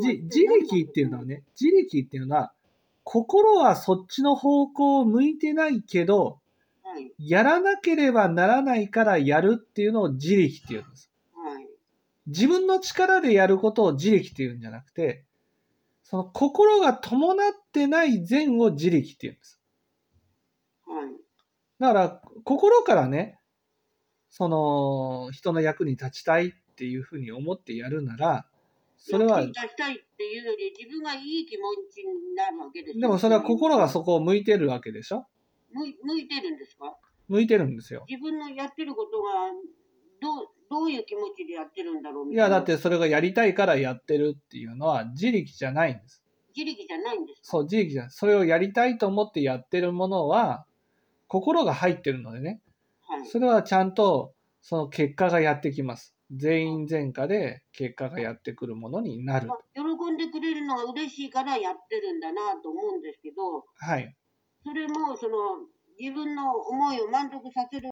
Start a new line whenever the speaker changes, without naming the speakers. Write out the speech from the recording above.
じ自力っていうのはね、自力っていうのは、心はそっちの方向を向いてないけど、
はい。
やらなければならないからやるっていうのを自力っていうんです。
はい。
自分の力でやることを自力っていうんじゃなくて、その心が伴ってない善を自力っていうんです。
はい。
だから、心からね、その、人の役に立ちたいっていうふうに思ってやるなら、それは
役に、立ちたいっていうより、自分がいい気持ちになるわけですよ
でもそれは心がそこを向いてるわけでしょ
向い向いてるんですか
向いてるんですよ。
自分のやってることがどうどういう気持ちでやってるんだろう
い
みた
や、
いな
だってそれがやりたいからやってるっていうのは自力じゃないんです。
自力じゃないんですか
そう、自力じゃない。それをやりたいと思ってやってるものは、心が入ってるのでね、
はい
それはちゃんとその結果がやってきます。全員全科で結果がやってくるものになる。
まあ喜んでくれるのが嬉しいからやってるんだなと思うんですけど
はい。
それもその自分の思いを満足させる